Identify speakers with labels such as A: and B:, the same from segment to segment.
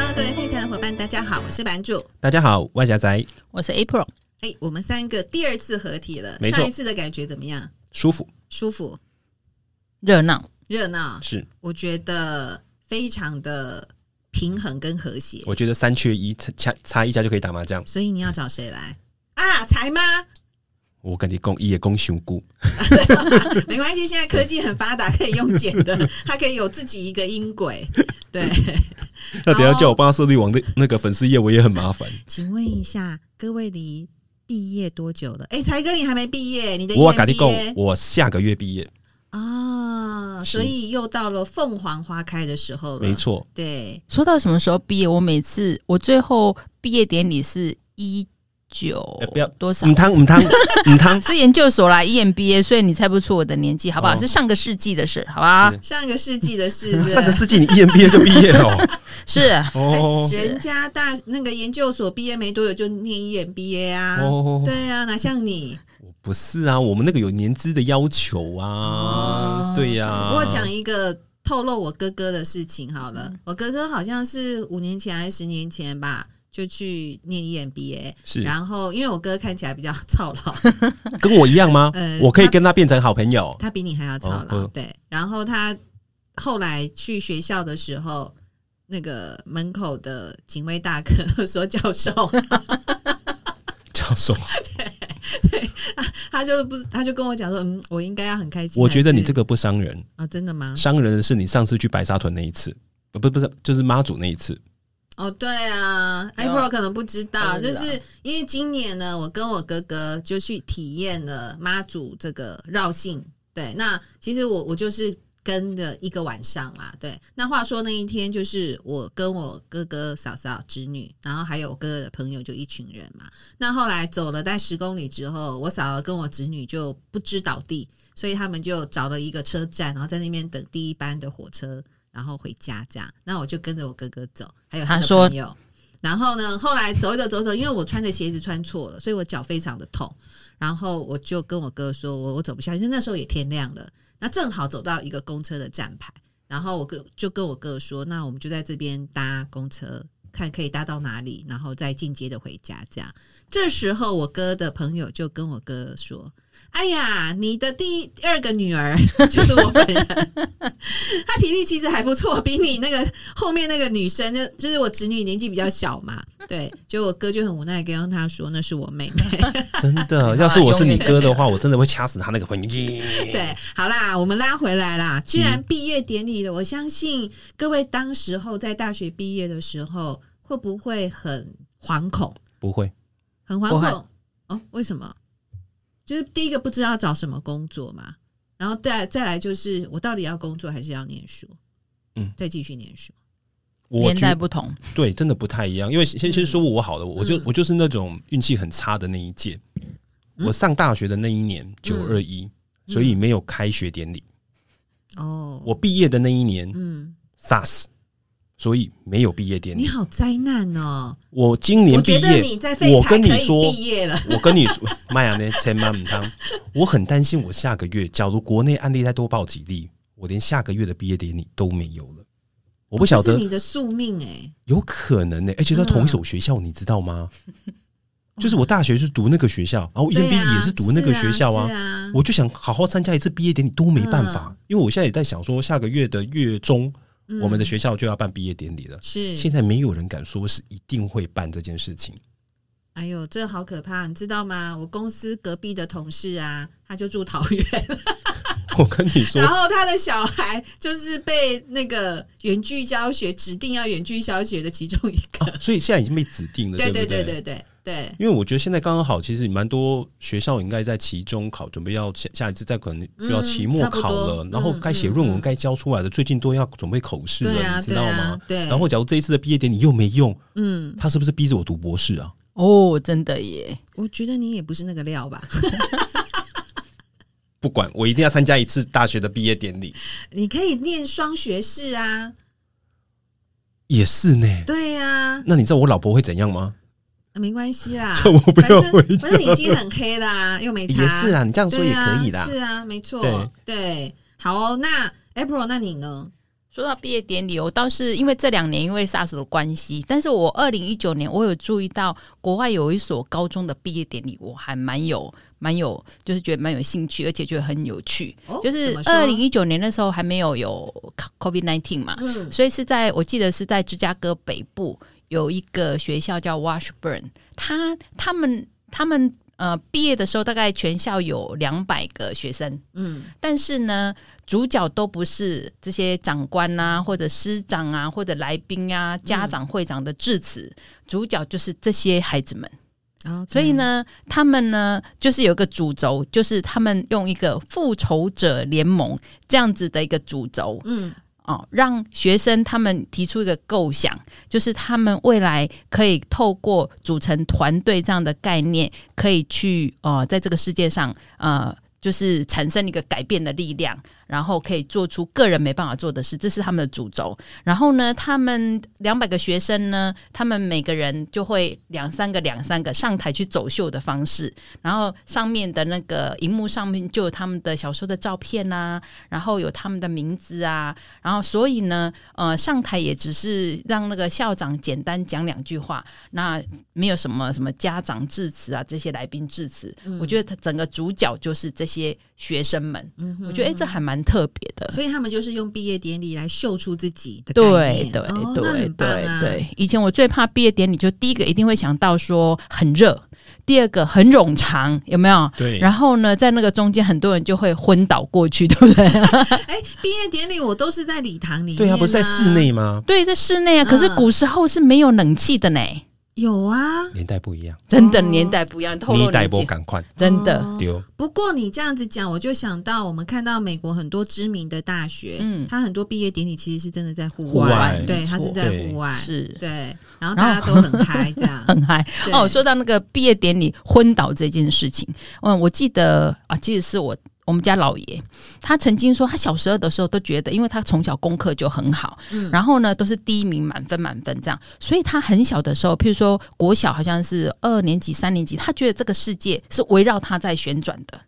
A: 班伙伴，大家好，我是版主。
B: 大家好，外家仔
C: 我是 April，
A: 哎，我们三个第二次合体了，
B: 没错
A: 上一次的感觉怎么样？
B: 舒服
A: 舒服、
C: 热闹，
A: 热闹，
B: 是，
A: 我觉得非常的平衡跟和谐。
B: 我觉得三缺一差差差一下就可以打麻将。
A: 所以你要找谁来啊？才吗？
B: 我跟你讲，一也攻熊姑，
A: 没关系，现在科技很发达，可以用剪的， 它可以有自己一个音轨。对，
B: 那等一下叫我帮他设立网的那个粉丝页，我也很麻烦。
A: 请问一下，各位离毕业多久了？哎、才哥，你还没毕业，你的 E
B: 我
A: EMBA
B: 跟你讲，我下个月毕业，
A: 啊，
B: 是
A: 所以又到了凤凰花开的时候了。
B: 没，错，
A: 对，
C: 说到什么时候毕业？我每次我最后毕业典礼是一九
B: 呃不要
C: 多少
B: 唔？汤 唔汤唔汤，
C: 是研究所啦，EMBA，所以 E 你猜不出我的年纪，好不好？
B: 哦
C: 是上个世纪的事，好吧？
A: 上个世纪的 事，是不是
B: 上个世纪你 EMBA 就毕业了哦
C: 是
B: 哦
A: 人家大那个研究所毕业没多久就念 EMBA 啊，
B: 哦，
A: 对啊，哪像你？
B: 不是啊，我们那个有年资的要求啊，
A: 哦
B: 对呀、
A: 我讲一个透露我哥哥的事情好了，我哥哥好像是五年前还是十年前吧。就去念 E EMBA，
B: 是
A: 然后因为我哥看起来比较操劳，
B: 跟我一样吗？
A: 呃
B: 我可以
A: 他
B: 跟他变成好朋友，
A: 他比你还要操劳，
B: 哦
A: 对。然后他后来去学校的时候，那个门口的警卫大哥 说：“教授，
B: 教授，
A: 他就不，他就跟我讲说，嗯，我应该要很开心。”
B: 我觉得你这
A: 个
B: 个不伤人，
A: 啊、真的吗？
B: 伤人的是你上次去白沙屯那一次，呃不不是就是妈祖那一次，
A: 哦，对啊哦
C: 有
A: ，April 可能不知道，
C: 当然
A: 就是因为今年呢，我跟我哥哥就去体验了妈祖这个绕境。对，那其实我我就是跟着一个晚上啦。对，那话说那一天就是我跟我哥哥、嫂嫂、侄女，然后还有我哥哥的朋友，就一群人嘛。那后来走了大概十公里之后，我嫂嫂跟我侄女就不知倒地，所以他们就找了一个车站，然后在那边等第一班的火车，然后回家这样。那我就跟着我哥哥走，还有他
C: 他
A: 的
C: 说
A: 朋友。然后呢，后来走着走着，因为我穿的鞋子穿错了，所以我脚非常的痛。然后我就跟我哥说，我我走不下去，因为那时候也天亮了。那正好走到一个公车的站牌，然后我跟就跟我哥说，那我们就在这边搭公车，看可以搭到哪里，然后再进阶的回家。这样，这时候我哥的朋友就跟我哥说：“哎呀，你的第二个女儿 就是我本人， 她体力其实还不错，比你那个后面那个女生，就就是我侄女年纪比较小嘛。”对，就我哥就很无奈跟他说：“那是我妹妹。”
B: 真 的，要是
A: 啊
B: 我是你哥的话，我真的会掐死他那个朋友。对，
A: 对，好啦，我们拉回来啦。既然毕业典礼了，我相信各位当时候在大学毕业的时候，会不会很惶恐？
B: 不会，
A: 很惶
C: 不会
A: 恐哦？为什么？就是第一个不知道找什么工作嘛，然后再再来就是我到底要工作还是要念书？
B: 嗯，
A: 再继续念书。
B: 我
C: 年代
B: 觉
C: 不同，
B: 对，真的不太一样。因为
A: 嗯
B: 先先说我好了，我就我就是那种运气很差的那一届。
A: 嗯
B: 我上大学的那一年九二一，所以没有开学典礼。
A: 哦，
B: 我毕业的那一年
A: 嗯，
B: SARS，所以没有毕业典
A: 你
B: 礼。
A: 好灾难哦！
B: 我今
A: 我
B: 年毕
A: 觉得
B: 业，
A: 你在废
B: 我
A: 柴
B: 跟
A: 可
B: 你
A: 以
B: 说
A: 毕业了，
B: 我跟你说，妈呀，那千万不当！我很担心，我下个月假如国内案例再多报几例，我连下个月的毕业典礼都没有了。我不晓
A: 哦这
B: 得
A: 是，你的宿命哎、
B: 有可能欸呢、而且在同一所学校，你知道吗？
A: 嗯
B: 就是我大学是读那个学校，然后
A: 对
B: EMBA
A: 啊
B: 也是读那个学校啊。
A: 是啊，
B: 我就想好好参加一次毕业典礼，都没办法，因为我现在也在想说，下个月的月中，
A: 嗯
B: 我们的学校就要办毕业典礼了。
A: 是
B: 现在没有人敢说是一定会办这件事情。
A: 哎呦，这好可怕，你知道吗？我公司隔壁的同事啊，他就住桃园，
B: 我跟你说
A: 然，后他的小孩就是被那个远距教学指定要远距教学的其中一个。
B: 所以现在已经被指定了，
A: 对
B: 不
A: 对对对对，
B: 因为我觉得现在刚刚好，其实蛮多学校应该在期中考，准备要下下一次再可能就要期末
A: 嗯差
B: 考了，
A: 不多
B: 然后该写论文、该交出来的，最近都要准备口试了，
A: 对啊
B: 你知道吗？
A: 对啊对
B: 然后假如这一次的毕业典礼又没用，
A: 嗯，
B: 他是不是逼着我读博士 啊？
C: 哦，真的耶！
A: 我觉得你也不是那个料吧？
B: 不管，我一定要参加一次大学的毕业典礼，
A: 你可以念双学士啊，
B: 也是呢。
A: 对呀、啊，
B: 那你知道我老婆会怎样吗？
A: 没关系 啦，
B: 叫我不要回
A: 反正反正你已经很黑啦，又没差。
B: 也是啊，你这样
A: 对啊，
B: 说也可以啦。
A: 是啊，没错，
B: 对
A: 对，好哦。那 April，那你呢？
C: 说到毕业典礼，我倒是因为这两年因为 SARS 的关系，但是我二零一九年我有注意到国外有一所高中的毕业典礼，我还蛮有蛮有，就是觉得蛮有兴趣，而且觉得很有趣。
A: 哦
C: 就是
A: 怎么说
C: 二零一九年那时候还没有有 COVID nineteen 嘛，
A: 嗯，
C: 所以是在我记得是在芝加哥北部有一个学校叫 Washburn，他他们他们呃毕业的时候大概全校有两百个学生，
A: 嗯，
C: 但是呢主角都不是这些长官啊或者师长啊或者来宾啊家长会长的致辞，主角就是这些孩子们。
A: OK
C: 所以，呢，他们呢就是有一个主轴，就是他们用一个复仇者联盟这样子的一个主轴，
A: 嗯，
C: 哦，让学生他们提出一个构想，就是他们未来可以透过组成团队这样的概念，可以去呃，在这个世界上呃，就是产生一个改变的力量，然后可以做出个人没办法做的事，这是他们的主轴。然后呢，他们两百个学生呢，他们每个人就会两三个、两三个上台去走秀的方式，然后上面的那个荧幕上面就有他们的小说的照片啊，然后有他们的名字啊，然后所以呢，呃，上台也只是让那个校长简单讲两句话，那没有什么什么家长致辞啊，这些来宾致辞。
A: 嗯
C: 我觉得他整个主角就是这些学生们，
A: 嗯
C: 我觉得哎、诶这还蛮特别的。
A: 所以他们就是用毕业典礼来秀出自己的概
C: 对
A: 念
C: 对
A: 哦那
C: 对
A: 很棒
C: 对
A: 啊
C: 对，以前我最怕毕业典礼，就第一个一定会想到说很热，第二个很冗长，有没有？
A: 啊
B: 对
C: 然后呢，在那个中间，很多人就会昏倒过去，对 不对？
A: 哎，毕业典礼我都是在礼堂里面，
B: 对啊，不是在室，内吗？
C: 对，在室内啊，可是
A: 嗯
C: 古时候是没有冷气的呢，
A: 有啊，
B: 年代不一样，
C: 真的
A: 哦
C: 年代不一样，透
B: 你
C: 露
B: 带
C: 年
B: 波
C: 纪，
B: 赶快
C: 真的，
A: 哦
B: 丢。
A: 不过你这样子讲，我就想到我们看到美国很多知名的大学，
C: 嗯
A: 它很多毕业典礼其实是真的在户
B: 户外
A: 对，
C: 没
A: 它是
C: 错
A: 在
B: 对
A: 户外，
C: 是
A: 对，然后
C: 然
A: 大
C: 后
A: 家都很嗨，这样
C: 很嗨
A: 对
C: 哦。说到那个毕业典礼昏倒这件事情，嗯，我记得啊，其实是我我们家老爷，他曾经说他小时候的时候都觉得，因为他从小功课就很好，
A: 嗯
C: 然后呢都是第一名满分满分这样，所以他很小的时候，譬如说国小好像是二年级、三年级，他觉得这个世界是围绕他在旋转的。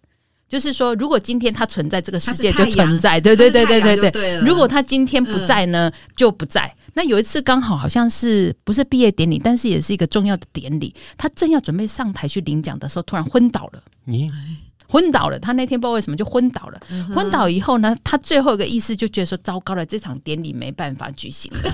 C: 就是说，如果今天他存在，这个世界
A: 他
C: 就是
A: 太阳
C: 存在，对对对对对对
A: 对，对了嗯
C: 如果他今天不在呢，就不在。那有一次刚好好像是不是毕业典礼，但是也是一个重要的典礼，他正要准备上台去领奖的时候，突然昏倒了。
B: 你
C: 昏倒了，他那天不知道为什么就昏倒了。
A: 嗯
C: 昏倒以后呢，他最后一个意思就觉得说：“糟糕了，这场典礼没办法举行了。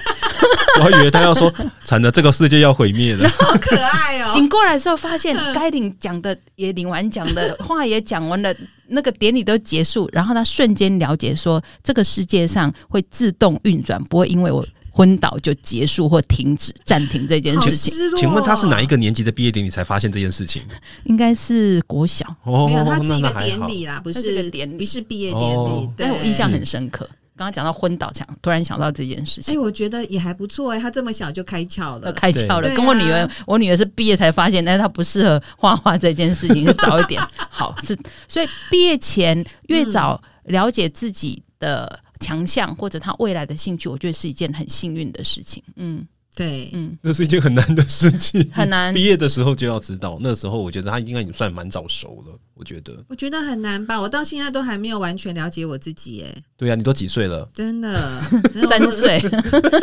B: 我还以为他要说，惨了，这个世界要毁灭了。
A: 好可爱哦，
C: 醒过来之后，发现该领奖的也领完奖的话也讲完了，那个典礼都结束，然后他瞬间了解说，这个世界上会自动运转，不会因为我昏倒就结束或停止暂停这件
A: 好
C: 事情。
A: 失落哦
B: 请问他是哪一？个年级的毕业典礼才发现这件事情？
C: 应该是国小，
B: 哦
A: 没有，它是
B: 那
A: 一
B: 那
A: 个
B: 还好
A: 典。礼啦，不
C: 它是一
A: 是
C: 个典礼
A: 不是毕业典礼
B: 哦。
A: 对
C: 但我印象很深刻。刚刚讲到昏倒墙，突然想到这件事
A: 哎，
C: 情，
A: 我觉得也还不错哎，他这么小就开窍
C: 呃
A: 了，
C: 开窍
A: 对
C: 了。
A: 啊
C: 跟我女儿，我女儿是毕业才发现，但是她不适合画画这件事情，是早一点 好。嗯是所以毕业前越早了解自己的强项或者她未来的兴趣，我觉得是一件很幸运的事情。嗯
A: 对，
C: 嗯，
B: 这是一件很难的事情，
C: 很难
B: 毕业的时候就要知道，那时候我觉得他应该也算蛮早熟了。我觉得，
A: 我觉得很难吧，我到现在都还没有完全了解我自己哎，
B: 对啊呀、你都几岁了？
A: 真的
C: 三岁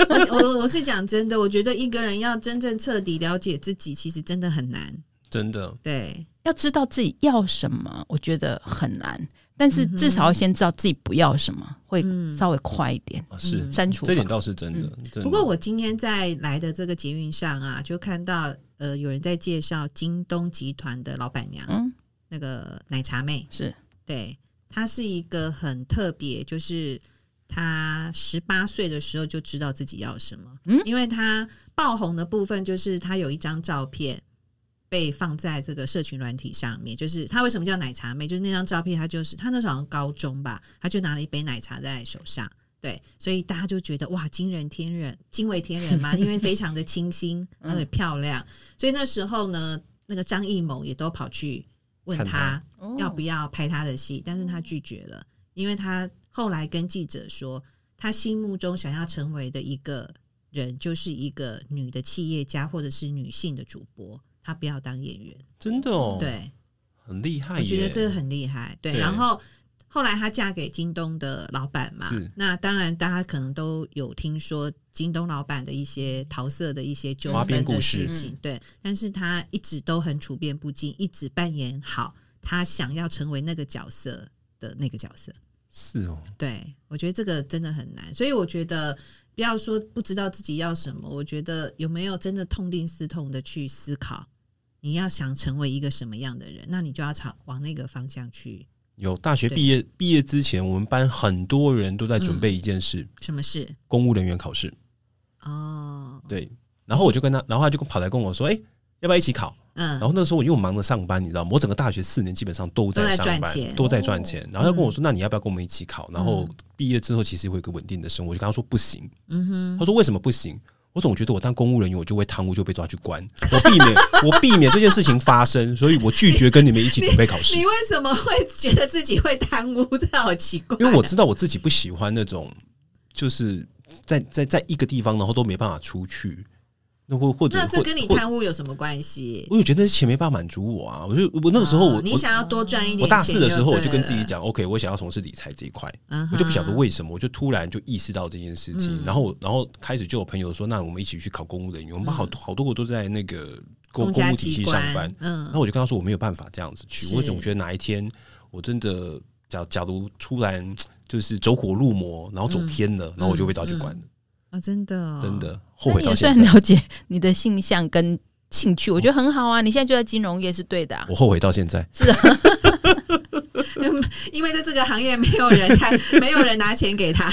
A: 而且我我是讲真的，我觉得一个人要真正彻底了解自己，其实真的很难。
B: 真的，
A: 对，
C: 要知道自己要什么，我觉得很难。但是至少要先知道自己不要什么，会稍微快一点
B: 啊是、
C: 删除
B: 这
C: 法。
B: 点倒是真的。真的
A: 嗯不过我今天在来的这个捷运上啊，就看到呃有人在介绍京东集团的老板娘，
C: 嗯，
A: 那个奶茶妹，
C: 是
A: 对，她是一个很特别，就是她十八岁的时候就知道自己要什么。
C: 嗯
A: 因为她爆红的部分就是她有一张照片被放在这个社群软体上面，就是她为什么叫奶茶妹，就是那张照片，她就是她那时候好像高中吧，她就拿了一杯奶茶在手上。对，所以大家就觉得哇，惊人天人，惊为天人嘛，因为非常的清新，而且漂亮，所以那时候呢，那个张艺谋也都跑去问
B: 看
A: 她
B: 她
C: 哦
A: 要不要拍他的戏，但是他拒绝了，因为他后来跟记者说，他心目中想要成为的一个人就是一个女的企业家或者是女性的主播，他不要当演员。
B: 真的哦，，
A: 对，
B: 很厉害
A: 我
B: 耶，
A: 觉得这个很厉害。对，
B: 对
A: 然后后来她嫁给京东的老板嘛
B: 是，
A: 那当然大家可能都有听说京东老板的一些桃色的一些纠
B: 花边
A: 纷
B: 故
A: 的
B: 事
A: 事情，对，但是她一直都很处变不惊，一直扮演好她想要成为那个角色的那个角色。
B: 是哦，
A: 对，我觉得这个真的很难，所以我觉得不要说不知道自己要什么，我觉得有没有真的痛定思痛的去思考，你要想成为一个什么样的人，那你就要朝往那个方向去。
B: 有大学
A: 对嗯
B: 毕业毕业之前，我们班很多人都在准备一件事——
A: 什么事？
B: 公务人员考试。
A: 哦，
B: 对，然后我就跟他，然后他就跑来跟我说：“哎、要不要一起考？”然
A: 嗯，
B: 后那时候我又忙着上班，你知道吗？我整个大学四年基本上都
A: 都在
B: 上
A: 赚
B: 班，
A: 钱哦
B: 都在赚钱。然后他跟我说：“那你要不要跟我们一起考？”然后
A: 嗯
B: 毕业之后其实会有一个稳定的生活。我就跟他说：“不行。”
A: 嗯哼，
B: 他说：“为什么不行？”我总觉得我当公务人员，我就会贪污，就被抓去关。我避免我避免这件事情发生，所以我拒绝跟你们一起准备考试，
A: 你为什么会觉得自己会贪污？这好奇怪。
B: 因为我知道我自己不喜欢那种，就是在在在一个地方，然后都没办法出去，那或或者
A: 那这
B: 或
A: 跟你
B: 或
A: 贪污有什么关系？
B: 我就觉得那些钱没办法满足我啊！我就我那个时候我、
A: 哦你
B: 我
A: 想要多赚一点钱，
B: 我大四的时候，我就跟自己，讲，OK，我想要从事理财这一块，
A: 嗯哼
B: 我就不晓得为什么，我就突然就意识到这件事情，
A: 嗯
B: 然后然后开始就有朋友说，那我们一起去考公务人员，我们好好多个都在那个
A: 嗯公
B: 公公
A: 家
B: 务体系
A: 机
B: 上
A: 关
B: 班，
A: 嗯
B: 那我就跟他说我没有办法这样子去，
A: 是
B: 我总觉得哪一天我真的假假如突然就是走火入魔，然后走偏了，然后我就被抓去关了，
A: 啊，真的嗯哦，
B: 真的后
C: 那
B: 悔
C: 你
B: 到
C: 也
B: 现
C: 算
B: 在，
C: 了解你的性向跟兴趣，我觉得很好啊。你现在就在金融业是对的、啊，
B: 哦我后悔到现在。
A: 因为在这个行业没有人贪，没有人拿钱给 他，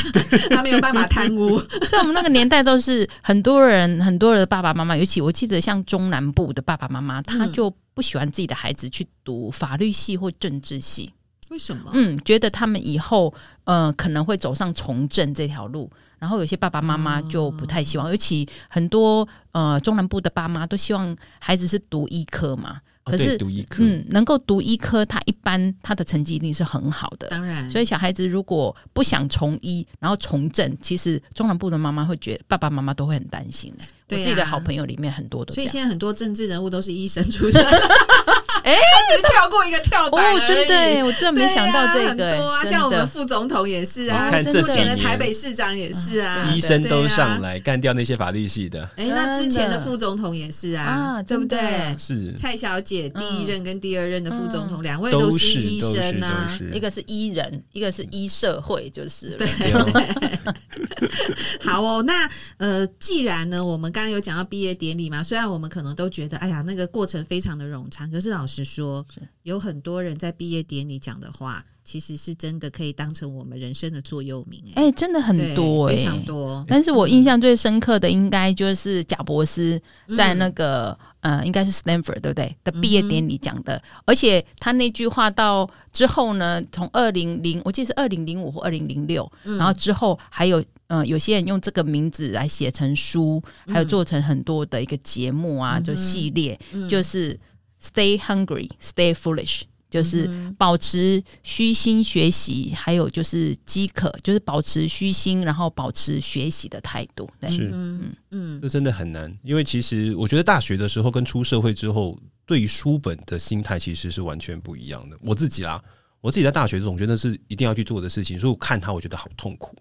A: 他没有办法贪污。
C: 在我们那个年代，都是很多人， 很多人的爸爸妈妈，尤其我记得像中南部的爸爸妈妈，他就不喜欢自己的孩子去读法律系或政治系，
A: 为什么？
C: 嗯，觉得他们以后呃可能会走上从政这条路。然后有些爸爸妈妈就不太希望，尤其很多呃中南部的爸妈都希望孩子是读医科嘛，
B: 哦
C: 可
B: 对
C: 是
B: 读医科，
C: 嗯，能够读医科，他一般他的成绩一定是很好的。
A: 当然，
C: 所以小孩子如果不想从医，然后从政，其实中南部的妈妈会觉得爸爸妈妈都会很担心的。我
A: 对啊
C: 自己的好朋友里面很多都这
A: 所以
C: 样。
A: 现在很多政治人物都是医生出 身，哎、只是跳过一个跳
C: 哦
A: 板而已、，
C: 真的耶，我真
A: 对
C: 的没
A: 啊。
C: 想到这个
A: 很多啊，
C: 耶，
A: 像我们
C: 真的。哦
A: 副总统也是
B: 我
A: 啊，
B: 看这
A: 目前的
B: 几
A: 台
B: 年
A: 北市长也是啊，
B: 医生都上
A: 了。
B: 来干掉那些法律系的，
A: 哎、那之前
C: 真
A: 的
C: 的
A: 副总统也是啊，
C: 啊
A: 对不
C: 真的嗯
A: 对？
B: 是
A: 蔡小姐第一任跟第二任的副总统，两、位
B: 都
A: 是
B: 是
A: 医
B: 都是
A: 生啊
B: 都。是
C: 一个是医人，一个是医社会，就是了
A: 对
B: 对哦
A: 好哦，那呃，既然呢，我们刚刚有讲到毕业典礼嘛，虽然我们可能都觉得，哎呀，那个过程非常的冗长，可是老实说，有很多人在毕业典礼讲的话，其实是真的可以当成我们人生的座右铭、哎、
C: 哎、真的很多哎、
A: 对非常多。
C: 但是我印象最深刻的应该就是贾博士在
A: 嗯
C: 那个、呃，应该是 Stanford 对不对的毕业典礼讲的，而且他那句话到之后呢，从二零零我记得是二零零五或二零零六，
A: 嗯
C: 然后之后还有。嗯、有些人用这个名字来写成书，还有做成很多的一个节目啊，就系列，就是 Stay Hungry, Stay Foolish，就是保持虚心学习，还有就是饥渴，就是保持虚心，然后保持学习的态度。对，
B: 是，
A: 嗯嗯，
B: 这真的很难，因为其实我觉得大学的时候跟出社会之后，对于书本的心态其实是完全不一样的。我自己啦，我自己在大学总觉得是一定要去做的事情，所以我看它我觉得好痛苦。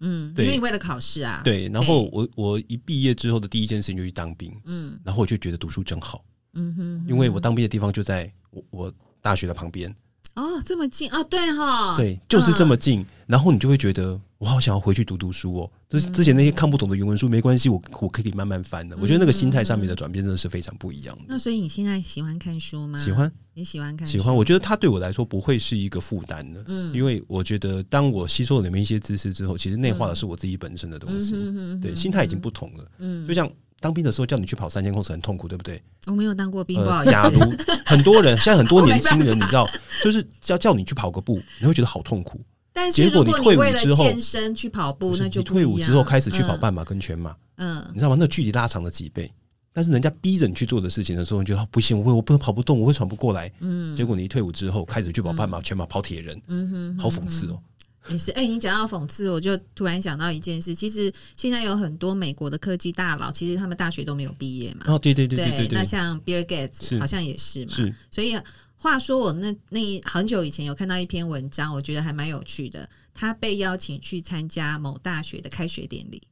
A: 嗯，因
B: 对
A: 为你为了考试啊，，
B: 对，然后我我一毕业之后的第一件事情就去当兵，
A: 嗯
B: 然后我就觉得读书真好，
A: 嗯哼，
B: 因为我当兵的地方就在我我大学的旁边，
A: 哦，这么近哦，对哈，
B: 对，就是这么
A: 嗯
B: 近，然后你就会觉得我好想要回去读读书哦。就是
A: 嗯
B: 之前那些看不懂的原文书没关系，我我可以慢慢翻的。我觉得那个心态上面的转变真的是非常不一样的。
A: 那所以你现在喜欢看书吗？
B: 喜，欢
A: 你喜欢看书，
B: 喜欢，我觉得它对我来说不会是一个负担的，
A: 嗯
B: 因为我觉得当我吸收了里面一些知识之后，其实内化的是我自己本身的东西，
A: 嗯哼哼
B: 对，
A: 哼
B: 心态已经不同了。
A: 嗯
B: 就像当兵的时候叫你去跑三千公尺很痛苦，对不对？
A: 我没有当过兵，不好意思。
B: 假如很多人现在很 多年轻人，你知道，就是叫叫你去跑个步，你会觉得好痛苦。
A: 但是如果
B: 结果你退伍
A: 为了
B: 之后
A: 健身去跑步，那就
B: 你
A: 不
B: 退
A: 一
B: 伍
A: 样
B: 之后开始去跑
A: 嗯
B: 半马跟全马，
A: 嗯，
B: 你知道吗？那距离拉长了几倍。但是人家逼着你去做的事情的时候，你觉得、啊不行，我会我不能跑不动，我会喘不过来。嗯，结果你一退伍之后开始去跑半马、全马、跑铁人，嗯哼，好讽刺哦。
A: 也是。哎、你讲到讽刺，我就突然想到一件事，其实现在有很多美国的科技大佬，其实他们大学都没有毕业嘛。
B: 哦，对对对对
A: 对
B: 对对，
A: 那像 Bill Gates
B: 是
A: 好像也是嘛，
B: 是
A: 所以话说我那那一很久以前有看到一篇文章，我觉得还蛮有趣的。他被邀请去参加某大学的开学典礼，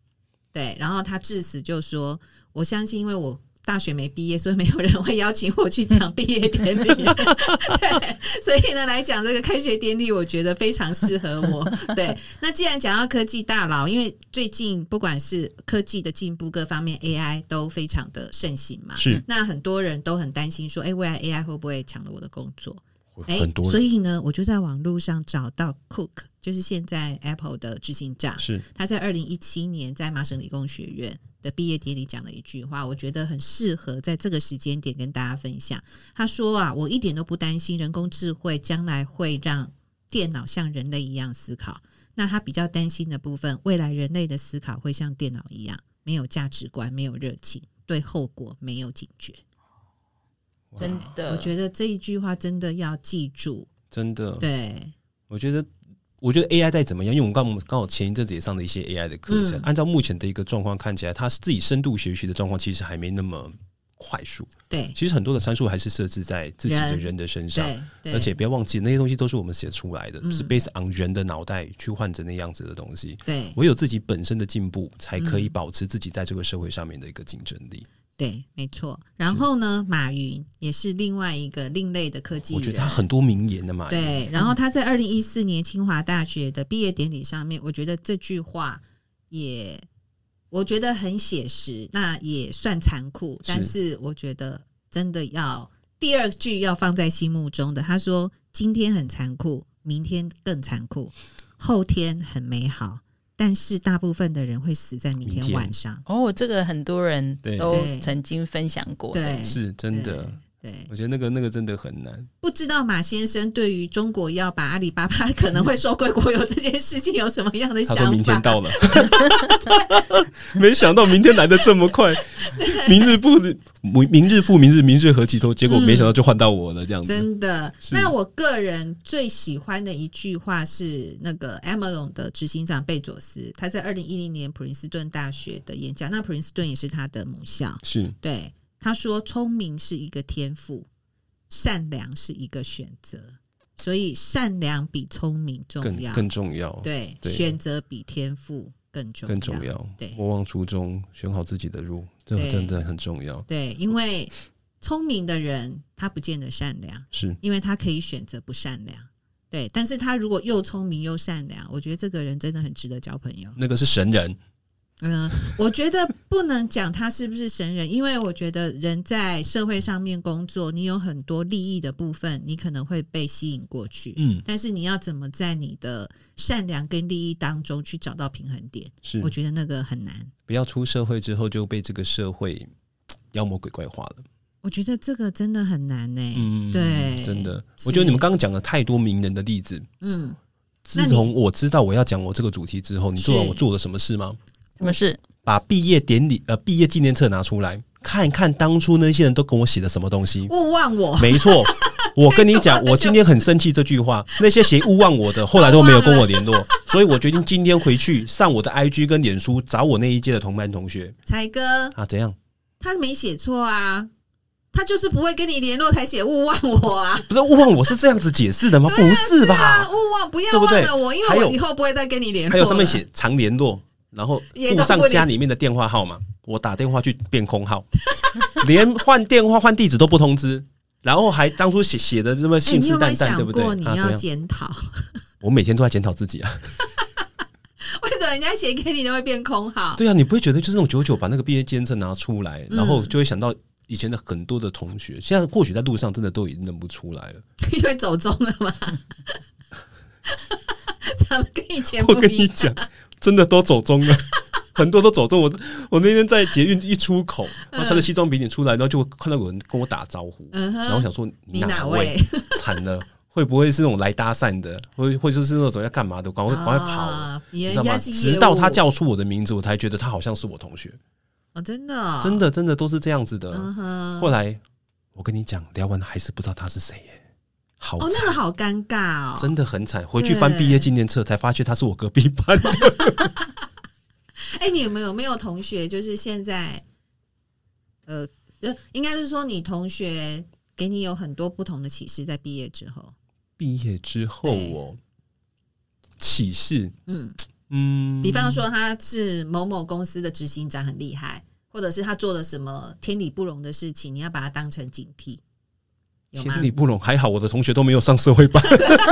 A: 对，然后他致辞就说：“我相信，因为我大学没毕业，所以没有人会邀请我去讲毕业典礼。 对，所以呢，来讲这个开学典礼，我觉得非常适合我。对，那既然讲到科技大佬，因为最近不管是科技的进步各方面，AI 都非常的盛行嘛，
B: 是
A: 那很多人都很担心说，哎、未来 AI 会不会抢了我的工作？哎、
B: 很多
A: 所
B: 人
A: 以呢，我就在网络上找到 Cook，就是现在 Apple 的执行长，
B: 是
A: 他在二零一七年在麻省理工学院的毕业典礼讲了一句话，我觉得很适合在这个时间点跟大家分享。他说啊，我一点都不担心人工智慧将来会让电脑像人类一样思考。那他比较担心的部分，未来人类的思考会像电脑一样，没有价值观，没有热情，对后果没有警觉。
C: 真的，
A: 我觉得这一句话真的要记住。
B: 真的。
A: 对，
B: 我觉得，我觉得 AI 再怎么样，因为我们刚好刚好前一阵子也上了一些 AI 的课程，
A: 嗯
B: 按照目前的一个状况看起来，它自己深度学习的状况其实还没那么快速。
A: 对，
B: 其实很多的参数还是设置在自己的
A: 人
B: 人的身上。
A: 对，对，
B: 啊而且不要忘记，那些东西都是我们写出来的，
A: 嗯
B: 是 based on 人的脑袋去换成那样子的东西。
A: 对，
B: 唯有自己本身的进步，才可以
A: 嗯
B: 保持自己在这个社会上面的一个竞争力。
A: 对，没错。然后呢，马云也是另外一个另类的科技
B: 我
A: 人，
B: 觉得他很多名言的嘛，
A: 对。然后他在二零一四年清华大学的毕业典礼上面，我觉得这句话也，我觉得很写实，那也算残酷，
B: 是
A: 但是我觉得真的要第二句要放在心目中的。他说：“今天很残酷，明天更残酷，后天很美好，但是大部分的人会死在明
B: 明
A: 天
B: 天
A: 晚上。
C: 哦，这个很多人
B: 对
C: 都
A: 对
C: 曾经分享过的，
A: 对，
B: 是真的。
A: 对。对
B: 我觉得那个那个真的很难。
A: 不知道马先生对于中国要把阿里巴巴可能会收归国有这件事情有什么样的
B: 他
A: 想法？
B: 说明天到了，没想到明天来的这么 快，明日不明明日复明日，明日何其多。结果
A: 嗯
B: 没想到就换到我了，这样子。
A: 真的。
B: 是
A: 那我个人最喜欢的一句话是那个 Amazon 的执行长贝佐斯，他在二零一零年普林斯顿大学的演讲，那普林斯顿也是他的母校。
B: 是
A: 对，他说：“聪明是一个天赋，善良是一个选择，所以善良比聪明重
B: 更
A: 要。
B: 更重要，
A: 对，
B: 对
A: 选择比天赋更重
B: 更重要。
A: 对
B: 莫忘初衷，选好自己的路，这
A: 对
B: 真的很重要。
A: 对，因为聪明的人他不见得善良，
B: 是
A: 因为他可以选择不善良。对，但是他如果又聪明又善良，我觉得这个人真的很值得交朋友。
B: 那个是神人，
A: 嗯， 我觉得不能讲他是不是神人，因为我觉得人在社会上面工作，你有很多利益的部分，你可能会被吸引过去。
B: 嗯，
A: 但是你要怎么在你的善良跟利益当中去找到平衡点？
B: 是
A: 我觉得那个很难。
B: 不要出社会之后就被这个社会妖魔鬼怪化了。
A: 我觉得这个真的很难欸呢、
B: 嗯，
A: 对
B: 真的，
A: 是
B: 我觉得你们刚刚讲了太多名人的例子。
A: 嗯，那
B: 自
A: 你
B: 从我知道我要讲我这个主题之后，你知道
A: 是
B: 我做了什么事吗？
C: 什么事？
B: 把毕业典礼呃毕业纪念册拿出来，看一看当初那些人都跟我写的什么东西。
A: 勿忘我。
B: 没错，我跟 你讲，我今天很生气这句话，那些写勿忘我的，后来都没有跟我 联络，所以我决定今天回去上我的 IG 跟脸书找我那一届的同班同学
A: 才哥，
B: 啊，怎样？
A: 他没写错啊，他就是不会跟你联络才写勿忘我啊。
B: 不是勿忘我是这样子解释的吗？不 是吧
A: 啊，？勿忘不要
B: 对不
A: 忘
B: 对
A: 了我，因
B: 还
A: 为
B: 有
A: 我以后不会再跟你联络了。
B: 还有上面写常联络，然后
A: 也
B: 附
A: 都
B: 上
A: 不
B: 家
A: 理
B: 里面的电话号码，我打电话去变空号， 连换电话换地址都不通知，然后还当初写写的这么
A: 哎
B: 信
A: 你
B: 誓
A: 有没有
B: 旦旦，对
A: 想
B: 不对
A: 过？你
B: 啊，怎
A: 要
B: 样？
A: 检讨？
B: 我每天都在检讨自己啊。
A: 为什么人家写给你都会变空号？
B: 对啊，你不会觉得就是那种久久把那个毕业纪念册拿出来，
A: 嗯
B: 然后就会想到以前的很多的同学，现在或许在路上真的都已经认不出来了。
A: 因为走中了嘛。 长得跟以前
B: 我
A: 不
B: 跟
A: 一
B: 你
A: 样。
B: 讲，真的都走中了。 很多都走中，我我那天在捷运一出口，然后穿着西装笔挺出来，然后就看到有人跟我打招呼，
A: 嗯
B: 然后我
A: 哼，
B: 想说
A: 你
B: 哪
A: 哪
B: 位
A: 位？
B: 惨了，会不会是那种来搭讪的，或或就是那种要干嘛的，赶快赶快跑了，
A: 啊！你
B: 你知
A: 人
B: 道吗？
A: 家是业务
B: 直到他叫出我的名字，我才觉得他好像是我同学，
A: 哦，真的哦
C: 啊
B: 真。的真的都是这样子的。
A: 嗯哼，
B: 后来我跟你讲，聊完了还是不知道他是谁耶，好
A: 哦，那
B: 惨
A: 个。好尴尬哦。
B: 真的很惨，回去翻毕业纪念册才发现他是我隔壁班的。
A: 哎、你有没有没有同学就是现在，呃，呃应该是说你同学给你有很多不同的启示，在毕业之后，
B: 毕业之后哦，启示，
A: 嗯，
B: 嗯，
A: 比方说他是某某公司的执行长很厉害，或者是他做了什么天理不容的事情，你要把它当成警惕，有吗
B: 天？理不容，还好我的同学都没有上社会班，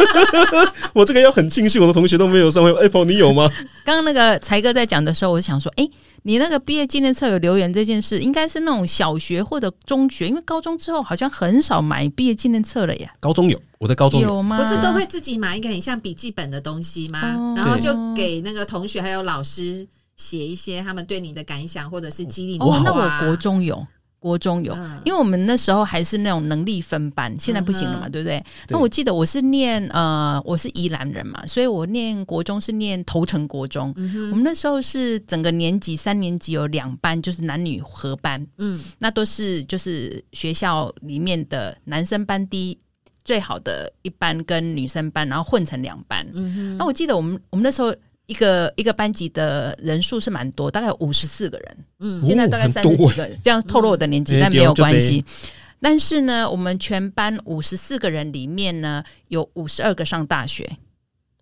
B: 我这个要很庆幸我的同学都没有上会。Apple，你有 吗？
C: 刚刚那个才哥在讲的时候，我就想说，哎、你那个毕业纪念册有留言这件事，应该是那种小学或者中学，因为高中之后好像很少买毕业纪念册了耶，
B: 高中有，我在高中有，哦
C: 有吗？
A: 不是都会自己买一个很像笔记本的东西吗？
C: 啊哦
A: 然后
B: 对
A: 就给那个同学还有老师写一些他们对你的感想或者是激励你的话。
C: 哦，那我国中有，国中有，
A: 嗯
C: 因为我们那时候还是那种能力分班，现在不行了嘛，
A: 嗯哼
C: 对不对？那我记得我是念呃，我是宜兰人嘛，所以我念国中是念头城国中。
A: 嗯
C: 我们那时候是整个年级三年级有两班，就是男女合班，
A: 嗯
C: 那都是就是学校里面的男生班第最好的一班跟女生班，然后混成两班。
A: 嗯哼，
C: 那我记得我们我们那时候一个一个班级的人数是蛮多，大概有五十四个人。
A: 嗯
C: 现在大概
B: 哦
C: 三十
B: 很多
C: 几
B: 欸
C: 个人，这样透露我的年纪，
B: 嗯
C: 但没有关
B: 对
C: 系。但是呢，我们全班五十四个人里面呢，有五十二个上大学，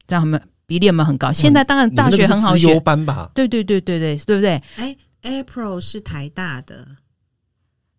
C: 这样我们比例有没有很
B: 嗯
C: 高？现在当然大学很好
B: 优
C: 学，
B: 班吧？
C: 对对对对对，对不对？
A: 哎、a p r i l 是台大的，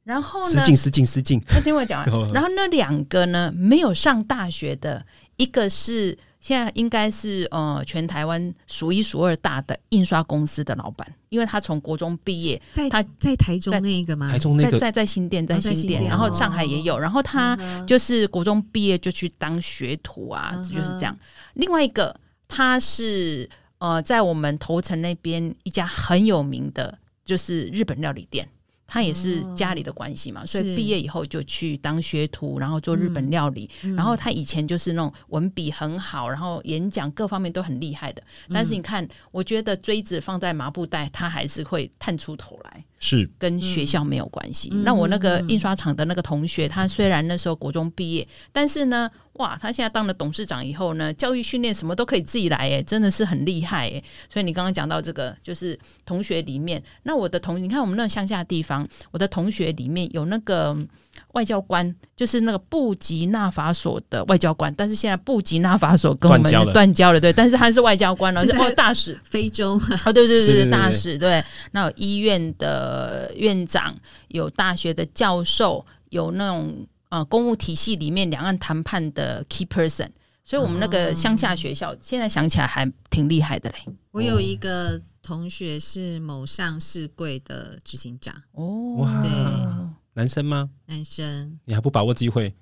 C: 然后
B: 失
C: 呢，
B: 敬失敬失敬，
C: 那听我讲
B: 哦
C: 完。然后那两个呢，没有上大学的，一个是现在应该是呃全台湾数一数二大的印刷公司的老板，因为他从国中毕业，
A: 在
C: 他
A: 在台中
C: 在
A: 那一个吗
B: 台？中那
C: 在
B: 个
C: 在在新店，在
A: 哦在
C: 新
A: 新
C: 店，
B: 店
C: 然后
B: 哦
C: 上海也有，然后他
A: 嗯
C: 就是国中毕业就去当学徒啊，
A: 嗯哼
C: 就是这样。另外一个他是呃，在我们头城那边一家很有名的就是日本料理店。他也是
A: 哦
C: 家里的关系嘛，所以
A: 是
C: 毕业以后就去当学徒，然后做日本料理。
A: 嗯
C: 然后他以前就是那种文笔很好，然后演讲各方面都很厉害的。
A: 嗯
C: 但是你看，我觉得锥子放在麻布袋，他还是会探出头来。
B: 是
C: 跟学校没有关系。
A: 嗯
C: 那我那个印刷厂的那个同学，他虽然那时候国中毕业，但是呢，哇，他现在当了董事长以后呢，教育训练什么都可以自己来，哎，真的是很厉害哎。所以你刚刚讲到这个，就是同学里面，那我的同，你看我们那个乡下地方，我的同学里面有那个嗯外交官，就是那个布吉纳法索的外交官，但是现在布吉纳法索跟我们
B: 断交了
C: 断交了，对，但是他是外交官了，
A: 是
C: 是
A: 在
C: 哦大使，
A: 非洲吗？
C: 哦，对
B: 对
C: 对对
B: 对对
C: 对，大使对，那有医院的院长，有大学的教授，有那种呃公务体系里面两岸谈判的 key person，所以我们那
A: 哦
C: 个乡下学校、现在想起来还挺厉害的嘞。
A: 我有一个同学是某上市柜的执行长，
C: 哦，
A: 嗯
B: 哇
A: 对，
B: 男生吗？
A: 男生
B: 你还不把握机会？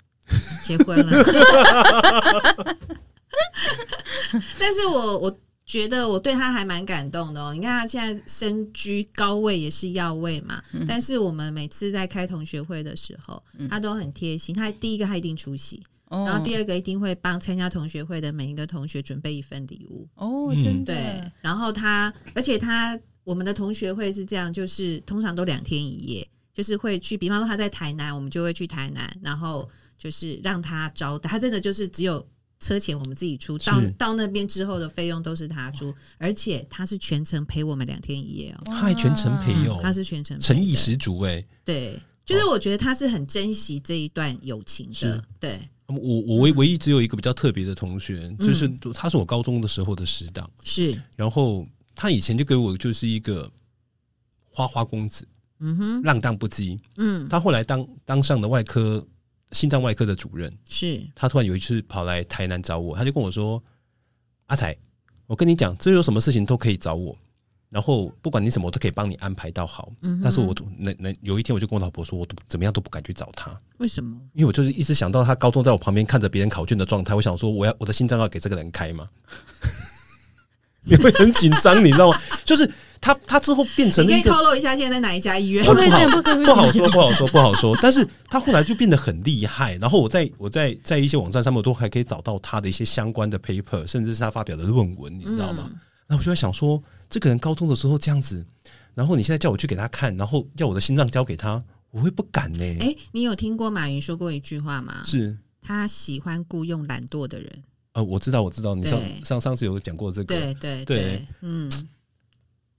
A: 结婚 了，但是我我觉得我对他还蛮感动的哦。你看他现在身居高位也是要位嘛，
C: 嗯
A: 但是我们每次在开同学会的时候，他都很贴心。他第一个他一定出席，
B: 嗯
C: 哦
A: 然后第二个一定会帮参加同学会的每一个同学准备一份礼物。
C: 哦，
B: 嗯
C: 真的、
A: 对，然后他，而且他我们的同学会是这样，就是通常都两天一夜，就是会去，比方说他在台南，我们就会去台南，然后就是让他招待，他真的就是只有车钱我们自己出，到
B: 是
A: 到那边之后的费用都是他出，而且他是全程陪我们两天一夜哦，
B: 他还全程陪哦，
A: 嗯他是全程陪
B: 诚意
A: 的，
B: 十足哎。
A: 对，就是我觉得他是很珍惜这一段友情
B: 是
A: 的，对，
B: 我我
A: 嗯
B: 唯唯一只有一个比较特别的同学，就是他是我高中的时候的死党，
A: 是，
B: 然后他以前就给我就是一个花花公子，
A: 嗯哼，
B: 浪荡不羁。
A: 嗯，
B: 他后来当当上了外科心脏外科的主任，
A: 是，
B: 他突然有一次跑来台南找我，他就跟我说：“阿才，我跟你讲，这有什么事情都可以找我，然后不管你什么，我都可以帮你安排到好。
A: 嗯哼
B: 但是我都能能有一天，我就跟我老婆说，我都怎么样都不敢去找他，
A: 为什么？
B: 因为我就是一直想到他高中在我旁边看着别人考卷的状态，我想说，我要我的心脏要给这个人开吗？ 你会很紧张，你知道吗？就是他他之后变成
A: 你
B: 了
A: 可
B: 一
A: 以
B: 个哦
A: 透露一下现在在哪一家医院
B: 不？可以不好说，不好说，不好说。但是他后来就变得很厉害，然后我在我在在一些网站上面，我都还可以找到他的一些相关的 paper，甚至是他发表的论文，你知道吗？那我就在想说，这个人高中的时候这样子，然后你现在叫我去给他看，然后要我的心脏交给他，我会不敢呢、
A: 哎、你有听过马云说过一句话吗？
B: 是，
A: 他喜欢雇佣懒惰的人。
B: 呃，我知道，我知道，你上
A: 对
B: 上上次有讲过这个，
A: 对对
B: 对
A: 嗯，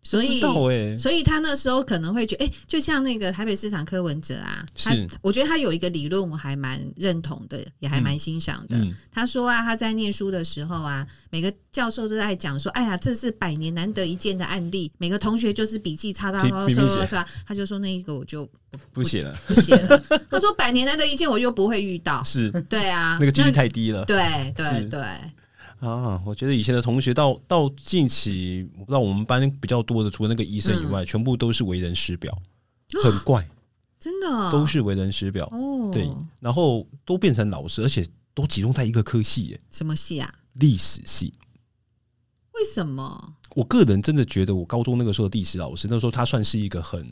A: 所以
B: 知道哎，
A: 所以他那时候可能会觉得，哎、就像那个台北市场柯文哲啊，他
B: 是
A: 我觉得他有一个理论我还蛮认同的，也还蛮欣赏的。
B: 嗯，
A: 他说啊，他在念书的时候啊，每个教授都在讲说，哎呀，这是百年难得一见的案例，每个同学就是笔记擦擦擦擦
B: 拼命
A: 擦
B: 写
A: 擦，他就说那一个我就
B: 不写了，
A: 不写 了。他说百年难得一见，我又不会遇到。
B: 是
A: 对啊，
B: 那个几率太低了
A: 对
B: 是
A: 对对，
B: 啊！我觉得以前的同学到到近期，我不知道我们班比较多的，除了那个医生以外，全部都是为人师表，很怪，
A: 真的哦
B: 都是为人师表，
A: 哦，
B: 对，然后都变成老师，而且都集中在一个科系耶，
A: 什么戏啊？
B: 历史系。
A: 为什么？
B: 我个人真的觉得，我高中那个时候的历史老师，那时候她算是一个很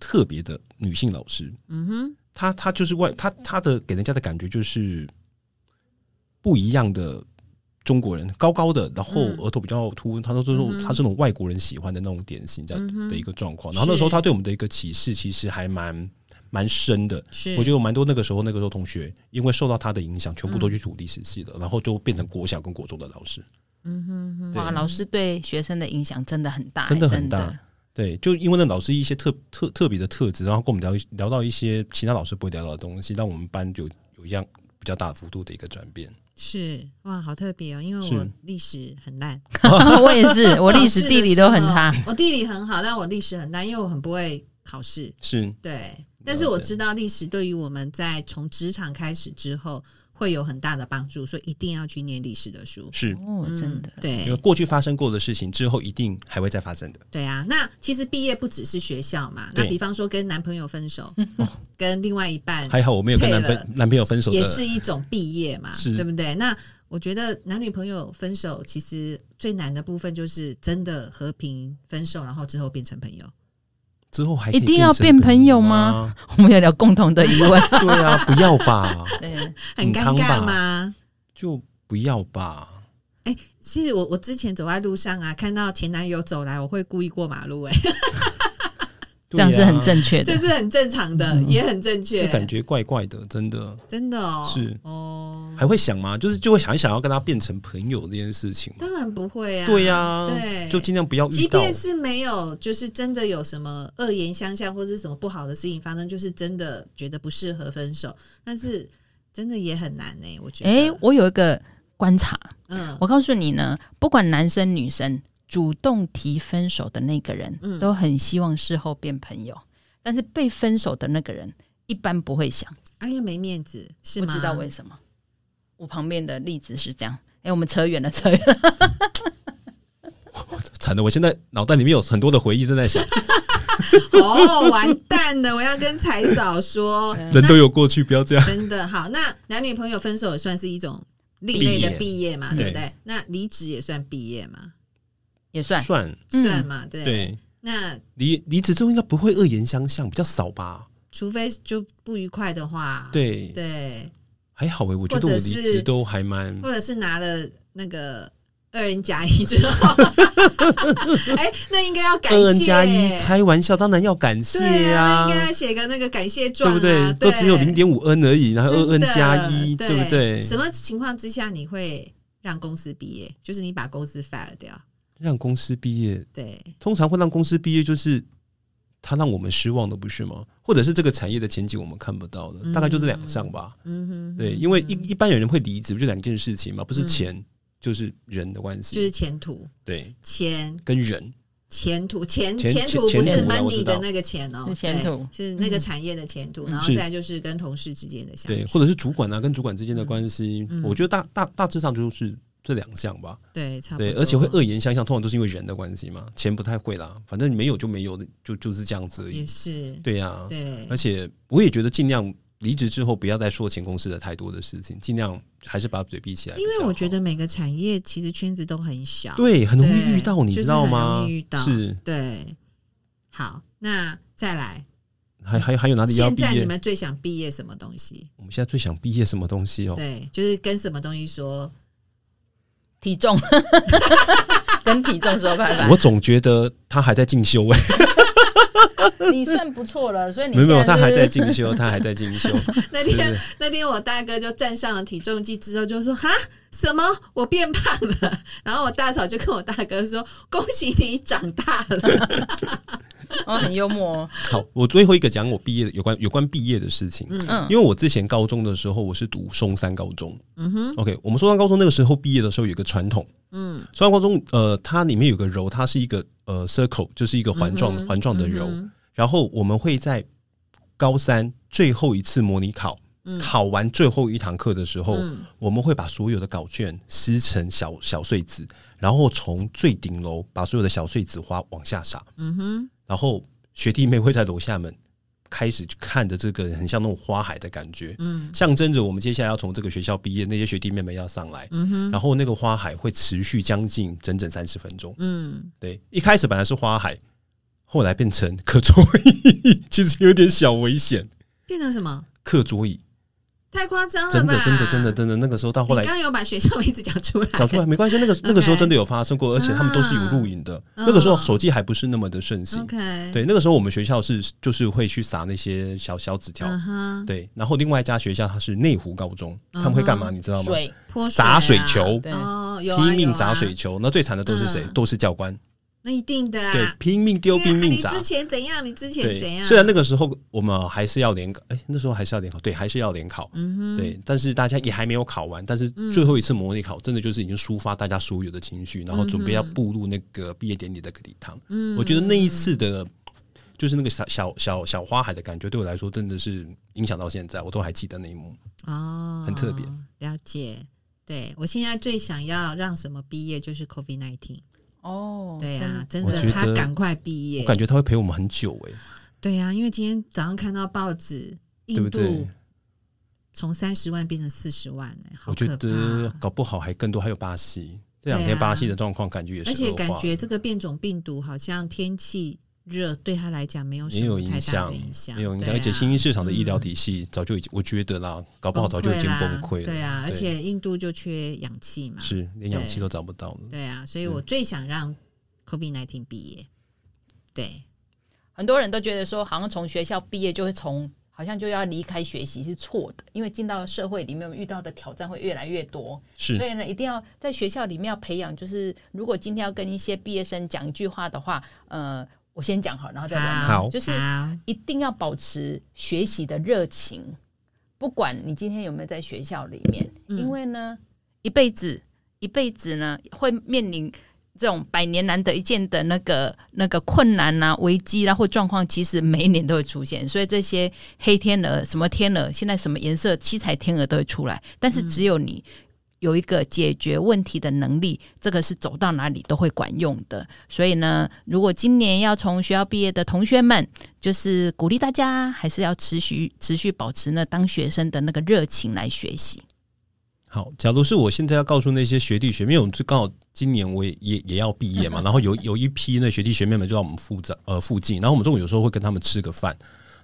B: 特别的女性老师。
A: 嗯哼，
B: 她她就是外她她的给人家的感觉就是不一样的中国人，高高的，然后
A: 嗯
B: 额头比较凸，她都是
A: 嗯哼
B: 说她是那种外国人喜欢的那种典型这
A: 嗯
B: 样
A: 哼
B: 的一个状况。然后那时候她对我们的一个启示，其实还蛮蛮深的。
A: 是
B: 我觉得有蛮多那个时候那个时候同学，因为受到她的影响，全部
A: 嗯
B: 都去读历史系了，然后就变成国小跟国中的老师。嗯哼
C: 哇，老师对学生的影响真的很大、
B: 真的
C: 的
B: 很大对，就因为那老师一些特特特别的特质，然后跟我们聊一聊到一些其他老师不会聊到的东西，让我们班有有一样比较大幅度的一个转变。
A: 是哇，好特别哦，因为
B: 是
A: 我历史很烂， 哦
C: 我也是，我历史、地理都很差
A: 考试的。时候。我地理很好，但我历史很烂，因为我很不会考试。
B: 是
A: 对，但是我知道历史对于我们在从职场开始之后会有很大的帮助，所以一定要去念历史的书。
B: 是，
C: 哦，真的
A: 嗯，
B: 因为
A: 对
B: 过去发生过的事情之后，一定还会再发生的。
A: 对啊。那其实毕业不只是学校嘛，那
B: 对哦
A: 比方说跟男朋友分手， 跟另外一半
B: 还好我没有跟男
A: 对
B: 分男朋友分手
A: 也
B: 的，
A: 是一种毕业嘛，
B: 是
A: 对不对？那我觉得男女朋友分手其实最难的部分就是真的和平分手，然后之后变成朋友。
B: 之后还
C: 一定要变朋友吗？
A: 嗯
C: 我们有聊共同的疑问。
B: 啊对啊，不要吧，
C: 对，
A: 很尴
B: 很
A: 尬
B: 康
A: 吗？
B: 就不要吧。
A: 其实我我之前走在路上啊，看到前男友走来，我会故意过马路、欸，
C: 这样是很
B: 正，
C: 正确
A: 这
C: 的。
A: 是很正常的，也很正确
B: 啊嗯就，感觉怪怪的，真的
A: 真的哦，
B: 是
A: 哦，
B: 还会想吗？就是就会想一想要跟他变成朋友这件事情吗？
A: 当然不会啊，
B: 对呀、
A: 对，
B: 就尽量不要遇
A: 即
B: 到。
A: 便是没有，就是真的有什么恶言相向或者是什么不好的事情发生，就是真的觉得不适合分手，但是真的也很难呢、我觉得。
C: 哎、我有一个观察，
A: 嗯，
C: 我告诉你呢，不管男生女生，主动提分手的那个人，
A: 嗯
C: 都很希望事后变朋友，但是被分手的那个人一般不会想。
A: 哎呀，没面子是
C: 不
A: 吗？
C: 知道为什么。我旁边的例子是这样。哎、我们扯远了，扯远了。
B: 惨的，我现在脑袋里面有很多的回忆正 在想，
A: 哦，完蛋了！我要跟柴嫂 说，
B: 人都有过去，不要这样。
A: 真的好。那男女朋友分手也算是一种另类的毕业嘛，
B: 毕业
A: 对不对？那离职也算毕业嘛，
C: 也算，
B: 算
C: 嗯
A: 算嘛，对。
B: 对，
A: 那
B: 离离职之后应该不会恶言相向，比较少吧？
A: 除非就不愉快的话，
B: 对，
A: 对，
B: 还好诶、欸我觉得
A: 或
B: 我
A: 者
B: 离
A: 是
B: 职都还蛮
A: 或者是拿了那个二人甲一之 后，哎、那应该要感谢欸
B: 二 N 加一，开玩笑，当然要感
A: 对
B: 谢
A: 啊，
B: 啊
A: 那应，该要写个那个感谢
B: 对
A: 状、啊，
B: 不对？都只有零点五 N 而已，然后二 N 加一，
A: 真的
B: 对不对？
A: 什么情况之下你会让公司毕业？就是你把公司 fire 掉，
B: 让公司毕业，
A: 对，
B: 通常会让公司毕业就是。他让我们失望的不是吗？或者是这个产业的前景我们看不到的，大概就这两项吧。
A: 嗯哼，
B: 对，因为一一般人会离职，不就两件事情嘛，不是钱、就是人的关系，
A: 就是前途，
B: 对，
A: 前
B: 跟人
A: 前途前
B: 前
A: 前途不
B: 前
A: 是
B: 途啦啊我
A: money
B: 知
A: 的
B: 道嗯
A: 那个钱哦，
C: 是前途
A: 对是那个产业的前途，然后
B: 是
A: 再就是跟同事之间的相
B: 对，
A: 处，
B: 或者是主管啊跟主管之间的关系，
A: 嗯嗯
B: 我觉得大大大致上就是这两项吧。
A: 对，差不多，
B: 对，而且会恶言相向，通常都是因为人的关系嘛，钱不太会啦，反正没有就没有，就就是这样子而
A: 也
B: 已。
A: 是，
B: 对呀、
A: 对
B: 而，且我也觉得尽量离职之后不要再说前公司的太多的事情，尽量还是把嘴闭起来比
A: 因
B: 较
A: 为
B: 好。
A: 我觉得每个产业其实圈子都很小，
B: 对，很容易
A: 对
B: 遇到，你
A: 就
B: 知
A: 是
B: 道
A: 很容
B: 吗
A: 易遇？到
B: 是，
A: 对好，那再来，
B: 还还还有哪里要
A: 现
B: 毕
A: 在你
B: 业？
A: 们最想毕业什么东西？
B: 我们现在最想毕业什么东西哦？
A: 对，就是跟什么东西说？
C: 体重 跟体重说拜拜
B: 我。总觉得他还在进修哎、
C: 你算不错了，所以你
B: 没有没有，
C: 现
B: 他还
C: 就
B: 在
C: 是
B: 进修，他还在进修。
A: 那
B: 对
A: 天
B: 对
A: 那天我大哥就站上了体重计之后就说：“哈，什么？我变胖了？”然后我大嫂就跟我大哥说：“恭喜你长大了。
C: 哦，很幽默哦，
B: 好，我最后一个讲我毕业的有关有关毕业的事情。
C: 嗯
B: 因为我之前高中的时候，我是读松山高中。”
A: 嗯哼，
B: OK，我们松山高中那个时候毕业的时候有一个传统，
A: 嗯，
B: 松山高中呃，它里面有个柔，它是一个呃 circle，就是一个环状
A: 嗯哼
B: 环状的柔。
A: 嗯
B: 然后我们会在高三最后一次模拟考，
A: 嗯
B: 考完最后一堂课的时候，
A: 嗯
B: 我们会把所有的稿卷撕成小小碎纸，然后从最顶楼把所有的小碎纸花往下撒，
A: 嗯哼，
B: 然后学弟妹会在楼下们开始看着这个很像那种花海的感觉，
A: 嗯
B: 象征着我们接下来要从这个学校毕业，那些学弟妹们要上来。
A: 嗯哼，
B: 然后那个花海会持续将近整整三十分钟。
A: 嗯，
B: 对，一开始本来是花海，后来变成课桌椅，其实有点小危险。
A: 变成什么？
B: 课桌椅，
A: 太夸张了
B: 真
A: 吧
B: 的，真的，真的，真的，那个时候到
A: 你
B: 后来
A: 刚刚有把学校名字讲出来，
B: 讲出来没关系，那个那个时候
A: OK
B: 真的有发生过，而且他们都是有录影的。那个时候手机还不是那么的盛行。
A: OK，，
B: 对，那个时候我们学校是就是会去撒那些小小纸条。
A: 嗯哼，
B: 对，然后另外一家学校它是内湖高中，他们会干嘛？你知道吗？
C: 水
A: 泼嗯水啊
B: 砸水球，
C: 对
A: 哦，有啊
B: 拼命砸。
A: 有
B: 水
A: 啊
B: 球。那最惨的都是谁
A: 嗯？
B: 都是教官。
A: 那一定的啊，啊
B: 对，拼命丢，拼命砸
A: 你。之前怎样？你之前怎
B: 对，
A: 样？
B: 虽然那个时候我们还是要联考，哎、那时候还是要联考，对，还是要联考，
A: 嗯哼，嗯
B: 对，但是大家也还没有考完，但是最后一次模拟考，真的就是已经抒发大家所有的情绪，然后准备要步入那个毕业典礼的礼堂。
A: 嗯
B: 我觉得那一次的，就是那个小小小小花海的感觉，对我来说真的是影响到现在，我都还记得那一幕。
A: 哦，
B: 很特别，
A: 了解。对我现在最想要让什么毕业就是 COVID nineteen，
C: 哦，
A: 对啊，真
B: 我觉
A: 的，
B: 得
A: 他赶快毕
B: 我
A: 业，
B: 感觉他会陪我们很久、欸诶，
A: 对啊，因为今天早上看到报纸，
B: 对不
A: 印
B: 对
A: 度？从三十万变成四十万、哎，好
B: 我觉
A: 可怕
B: 得
A: 啊！
B: 搞不好还更多，还有巴西这两
A: 对
B: 天
A: 啊
B: 巴西的状况，感觉也是啊
A: 而且
B: 恶化
A: 感觉这个变种病毒好像天气热对他来讲没有什
B: 也有
A: 么太
B: 影
A: 大
B: 响
A: 的，响，
B: 也有影响，
A: 对啊嗯
B: 而且新兴市场的医疗体系早就已经，我觉得啦，搞不好早就已经崩溃了。
A: 对啊，而
B: 对
A: 且印度就缺氧气嘛，
B: 是连氧气都找不到了。
A: 对啊，所以我最想让 COVID nineteen 毕业，对，
C: 很多人都觉得说，好像从学校毕业就会从。好像就要离开学习是错的，因为进到社会里面，我们遇到的挑战会越来越多。所
B: 是
C: 以呢，一定要在学校里面要培养，就是如果今天要跟一些毕业生讲一句话的话，呃，我先讲好，然后再来。
B: 好
C: 就是
A: 好，
C: 一定要保持学习的热情，不管你今天有没有在学校里面，
A: 嗯
C: 因为呢，一辈子一辈子呢会面临。这种百年难得一见的那个那个困难啊、危机啦、或状况，其实每一年都会出现。所以这些黑天鹅、什么天鹅，现在什么颜色七彩天鹅都会出来。但是只有你有一个解决问题的能力，这个是走到哪里都会管用的。所以呢，如果今年要从学校毕业的同学们，就是鼓励大家还是要持续持续保持那当学生的那个热情来学习。
B: 好，假如是我现在要告诉那些学弟学妹，因为我们就刚好今年我也也也要毕业
A: 嗯
B: 嘛，然后有有一批那学弟学妹们就在我们附长呃附近，然后我们中午有时候会跟他们吃个饭，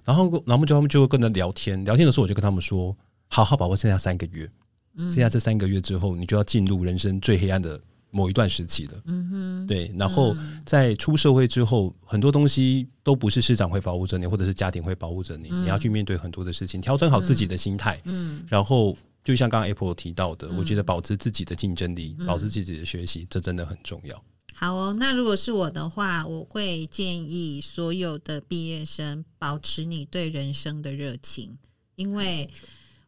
B: 然后然后我们就他们就会跟他聊天，聊天的时候我就跟他们说，好好把握剩下三个月，
A: 嗯
B: 剩下这三个月之后，你就要进入人生最黑暗的某一段时期了。
A: 嗯哼，嗯
B: 对，然后在出社会之后，很多东西都不是市场会保护着你，或者是家庭会保护着你，你要去面对很多的事情，调整好自己的心态，
A: 嗯
B: 然后就像刚刚 Apple 提到的，我觉得保持自己的竞争力，
A: 嗯
B: 保持自己的学习，这真的很重要。
A: 好哦，那如果是我的话，我会建议所有的毕业生保持你对人生的热情，因为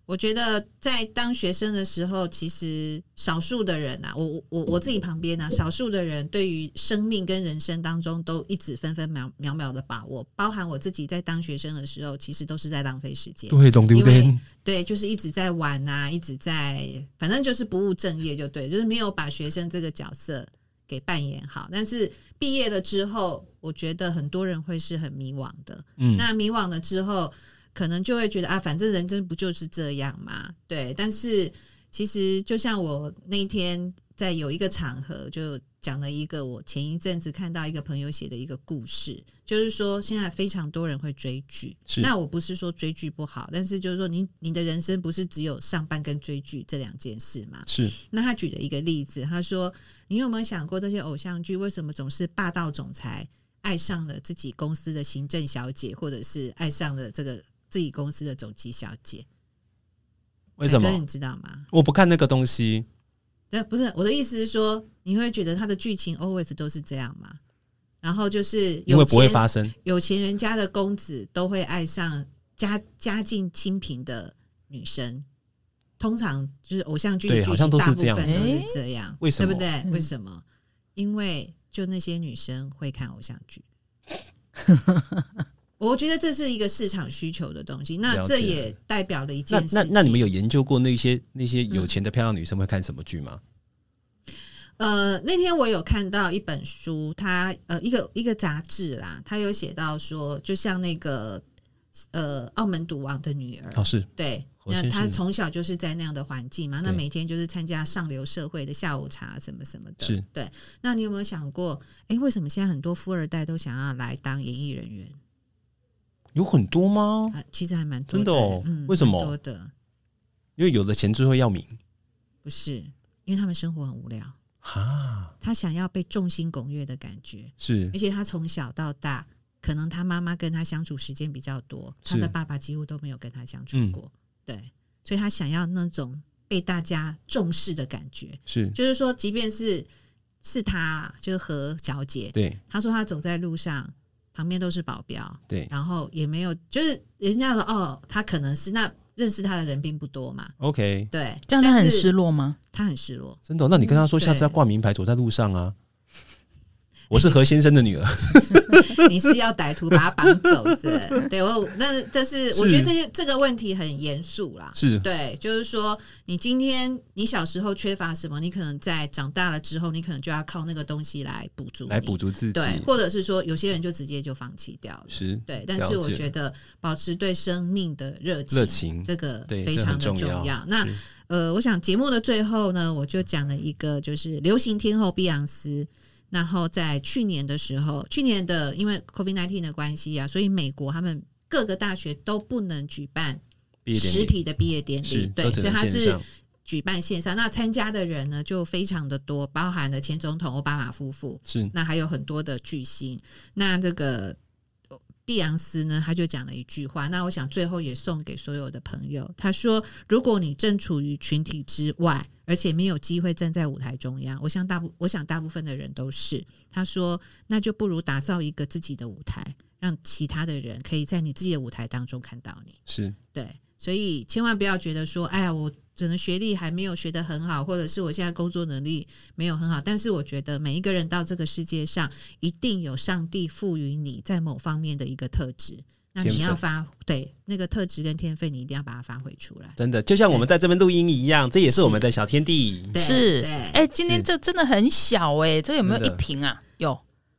A: 我觉得在当学生的时候，其实少数的人啊，我我我我自己旁边啊，少数的人对于生命跟人生当中都一直分分秒秒秒的把握，包含我自己在当学生的时候，其实都是在浪费时间。
B: 对，懂
A: 因为？对，就是一直在玩啊，一直在，反正就是不务正业，就对，就是没有把学生这个角色给扮演好。但是毕业了之后，我觉得很多人会是很迷惘的。
B: 嗯
A: 那迷惘了之后，可能就会觉得啊，反正人生不就是这样嘛，对。但是其实就像我那一天在有一个场合就讲了一个我前一阵子看到一个朋友写的一个故事，就是说现在非常多人会追剧，
B: 是
A: 那我不是说追剧不好，但是就是说你你的人生不是只有上班跟追剧这两件事嘛？
B: 是
A: 那他举了一个例子，他说：“你有没有想过这些偶像剧为什么总是霸道总裁爱上了自己公司的行政小姐，或者是爱上了这个自己公司的总机小姐。
B: 为什么
A: 海哥你知道吗？
B: 我不看那个东西？
A: 对，不是我的意思是说，你会觉得它的剧情 always 都是这样吗？然后就是有
B: 因为不会
A: 钱
B: 发生。
A: 有钱人家的公子都会爱上家家境清贫的女生，通常就是偶像剧的
B: 对
A: 剧
B: 好
A: 情
B: 像都是
A: 大部
B: 这样
A: 分
C: 子
A: 都是这样，
B: 为什么
A: 对不对？
C: 嗯
A: 为什么？因为就那些女生会看偶像剧。我觉得这是一个市场需求的东西，那
B: 了
A: 这
B: 解
A: 也代表了一
B: 那
A: 件事
B: 那那你们
A: 情
B: 有研究过那些那
A: 嗯
B: 些有钱的漂亮女生会看什么剧吗？
A: 呃，那天我有看到一本书，它呃一个一个杂志啦，它有写到说，就像那个呃澳门赌王的女儿，
B: 哦，是
A: 对，
B: 侯
A: 那
B: 先
A: 她
B: 生
A: 从小就是在那样的环境嘛，那
B: 对
A: 每天就是参加上流社会的下午茶什么什么的。
B: 是，
A: 对。那你有没有想过，诶，为什么现在很多富二代都想要来当演艺人员？
B: 有很多吗？
A: 啊，其实还蛮多
B: 真的哦
A: 嗯，
B: 为什么
A: 蛮多的
B: 因为有了钱之后要名
A: 不是，因为他们生活很无聊，
B: 啊，
A: 他想要被众星拱月的感觉。
B: 是
A: 而且他从小到大，可能他妈妈跟他相处时间比较多，
B: 是嗯
A: 他的爸爸几乎都没有跟他相处过。对，所以他想要那种被大家重视的感觉，
B: 是，
A: 就是说，即便是是他，就是何小姐，
B: 对
A: 她说她走在路上，旁边都是保镖，
B: 对
A: 然后也没有，就是人家说哦，她可能是那认识她的人并不多嘛，
B: ，OK，
A: 对，
C: 这样他很
A: 但是
C: 失落吗？
A: 她很失落。
B: 真的哦、那你跟他
A: 嗯
B: 说下次要
A: 对
B: 挂名牌走在路上啊。我是何先生的女儿，
A: 你是要歹徒把他绑走是不是？对 我，那但是
B: 是
A: 我觉得这些这个问题很严肃啦。
B: 是
A: 对，就是说，你今天你小时候缺乏什么，你可能在长大了之后，你可能就要靠那个东西来补足你，
B: 来补足自己，
A: 对，或者是说，有些人就直接就放弃掉了。
B: 是
A: 对，但是我
B: 了解
A: 觉得保持对生命的热情，
B: 热情，
A: 这个
B: 对，
A: 非
B: 这
A: 常
B: 很
A: 的重
B: 要。
A: 那
B: 是
A: 呃，我想节目的最后呢，我就讲了一个就是流行天后碧昂斯。然后在去年的时候，去年的因为 COVID 1 9的关系啊，所以美国他们各个大学都不能举办
B: 毕业典礼
A: 实体的毕业典
B: 是
A: 礼，对，
B: 都只
A: 所以
B: 能
A: 它
B: 线
A: 是
B: 上，
A: 举办线上。那参加的人呢就非常的多，包含了前总统奥巴马夫妇，
B: 是
A: 那还有很多的巨星。那这个呃碧昂斯呢，他就讲了一句话，那我想最后也送给所有的朋友。他说：“如果你正处于群体之外，而且没有机会站在舞台中央，我想大部我想大部分的人都是。”他说：“那就不如打造一个自己的舞台，让其他的人可以在你自己的舞台当中看到你。”
B: 是
A: 对，所以千万不要觉得说，哎呀，我可能学历还没有学得很好，或者是我现在工作能力没有很好。但是我觉得每一个人到这个世界上，一定有上帝赋予你在某方面的一个特质，那你
B: 天分
A: 要发对那个特质跟天分，你一定要把它发挥出来。
B: 真的，就像我们在这边录音一样，这也是我
A: 是
B: 们的小天地。
A: 对
C: 是
A: 对，
C: 哎、今天
B: 是
C: 这真的很小哎、这有没有
B: 真
C: 一
B: 的
C: 瓶啊？有，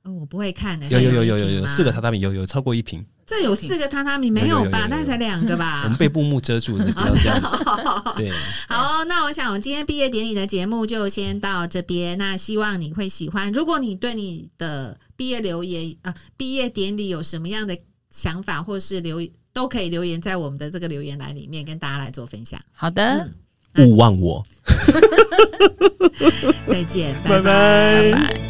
A: 哦我不会看呢、
B: 有有
A: 还
B: 有有
A: 一
B: 有
A: 瓶
B: 有
A: 吗
B: 四个榻，榻米，有有超过一瓶，
A: 这有四个榻榻米没
B: 有有有
A: 吧？
B: 有
A: 那
B: 有
A: 才两个
B: 我
A: 吧
B: 们。被布幕遮住，你不要这样子。 对，
A: 好、那我想我们今天毕业典礼的节目就先到这边。那希望你会喜欢。如果你对你的毕业留言啊、毕业典礼有什么样的想法，或是留都可以留言在我们的这个留言栏里面，跟大家来做分享。
C: 好的，
A: 嗯
B: 勿忘我。
A: 再见，
B: 拜拜
C: 拜拜。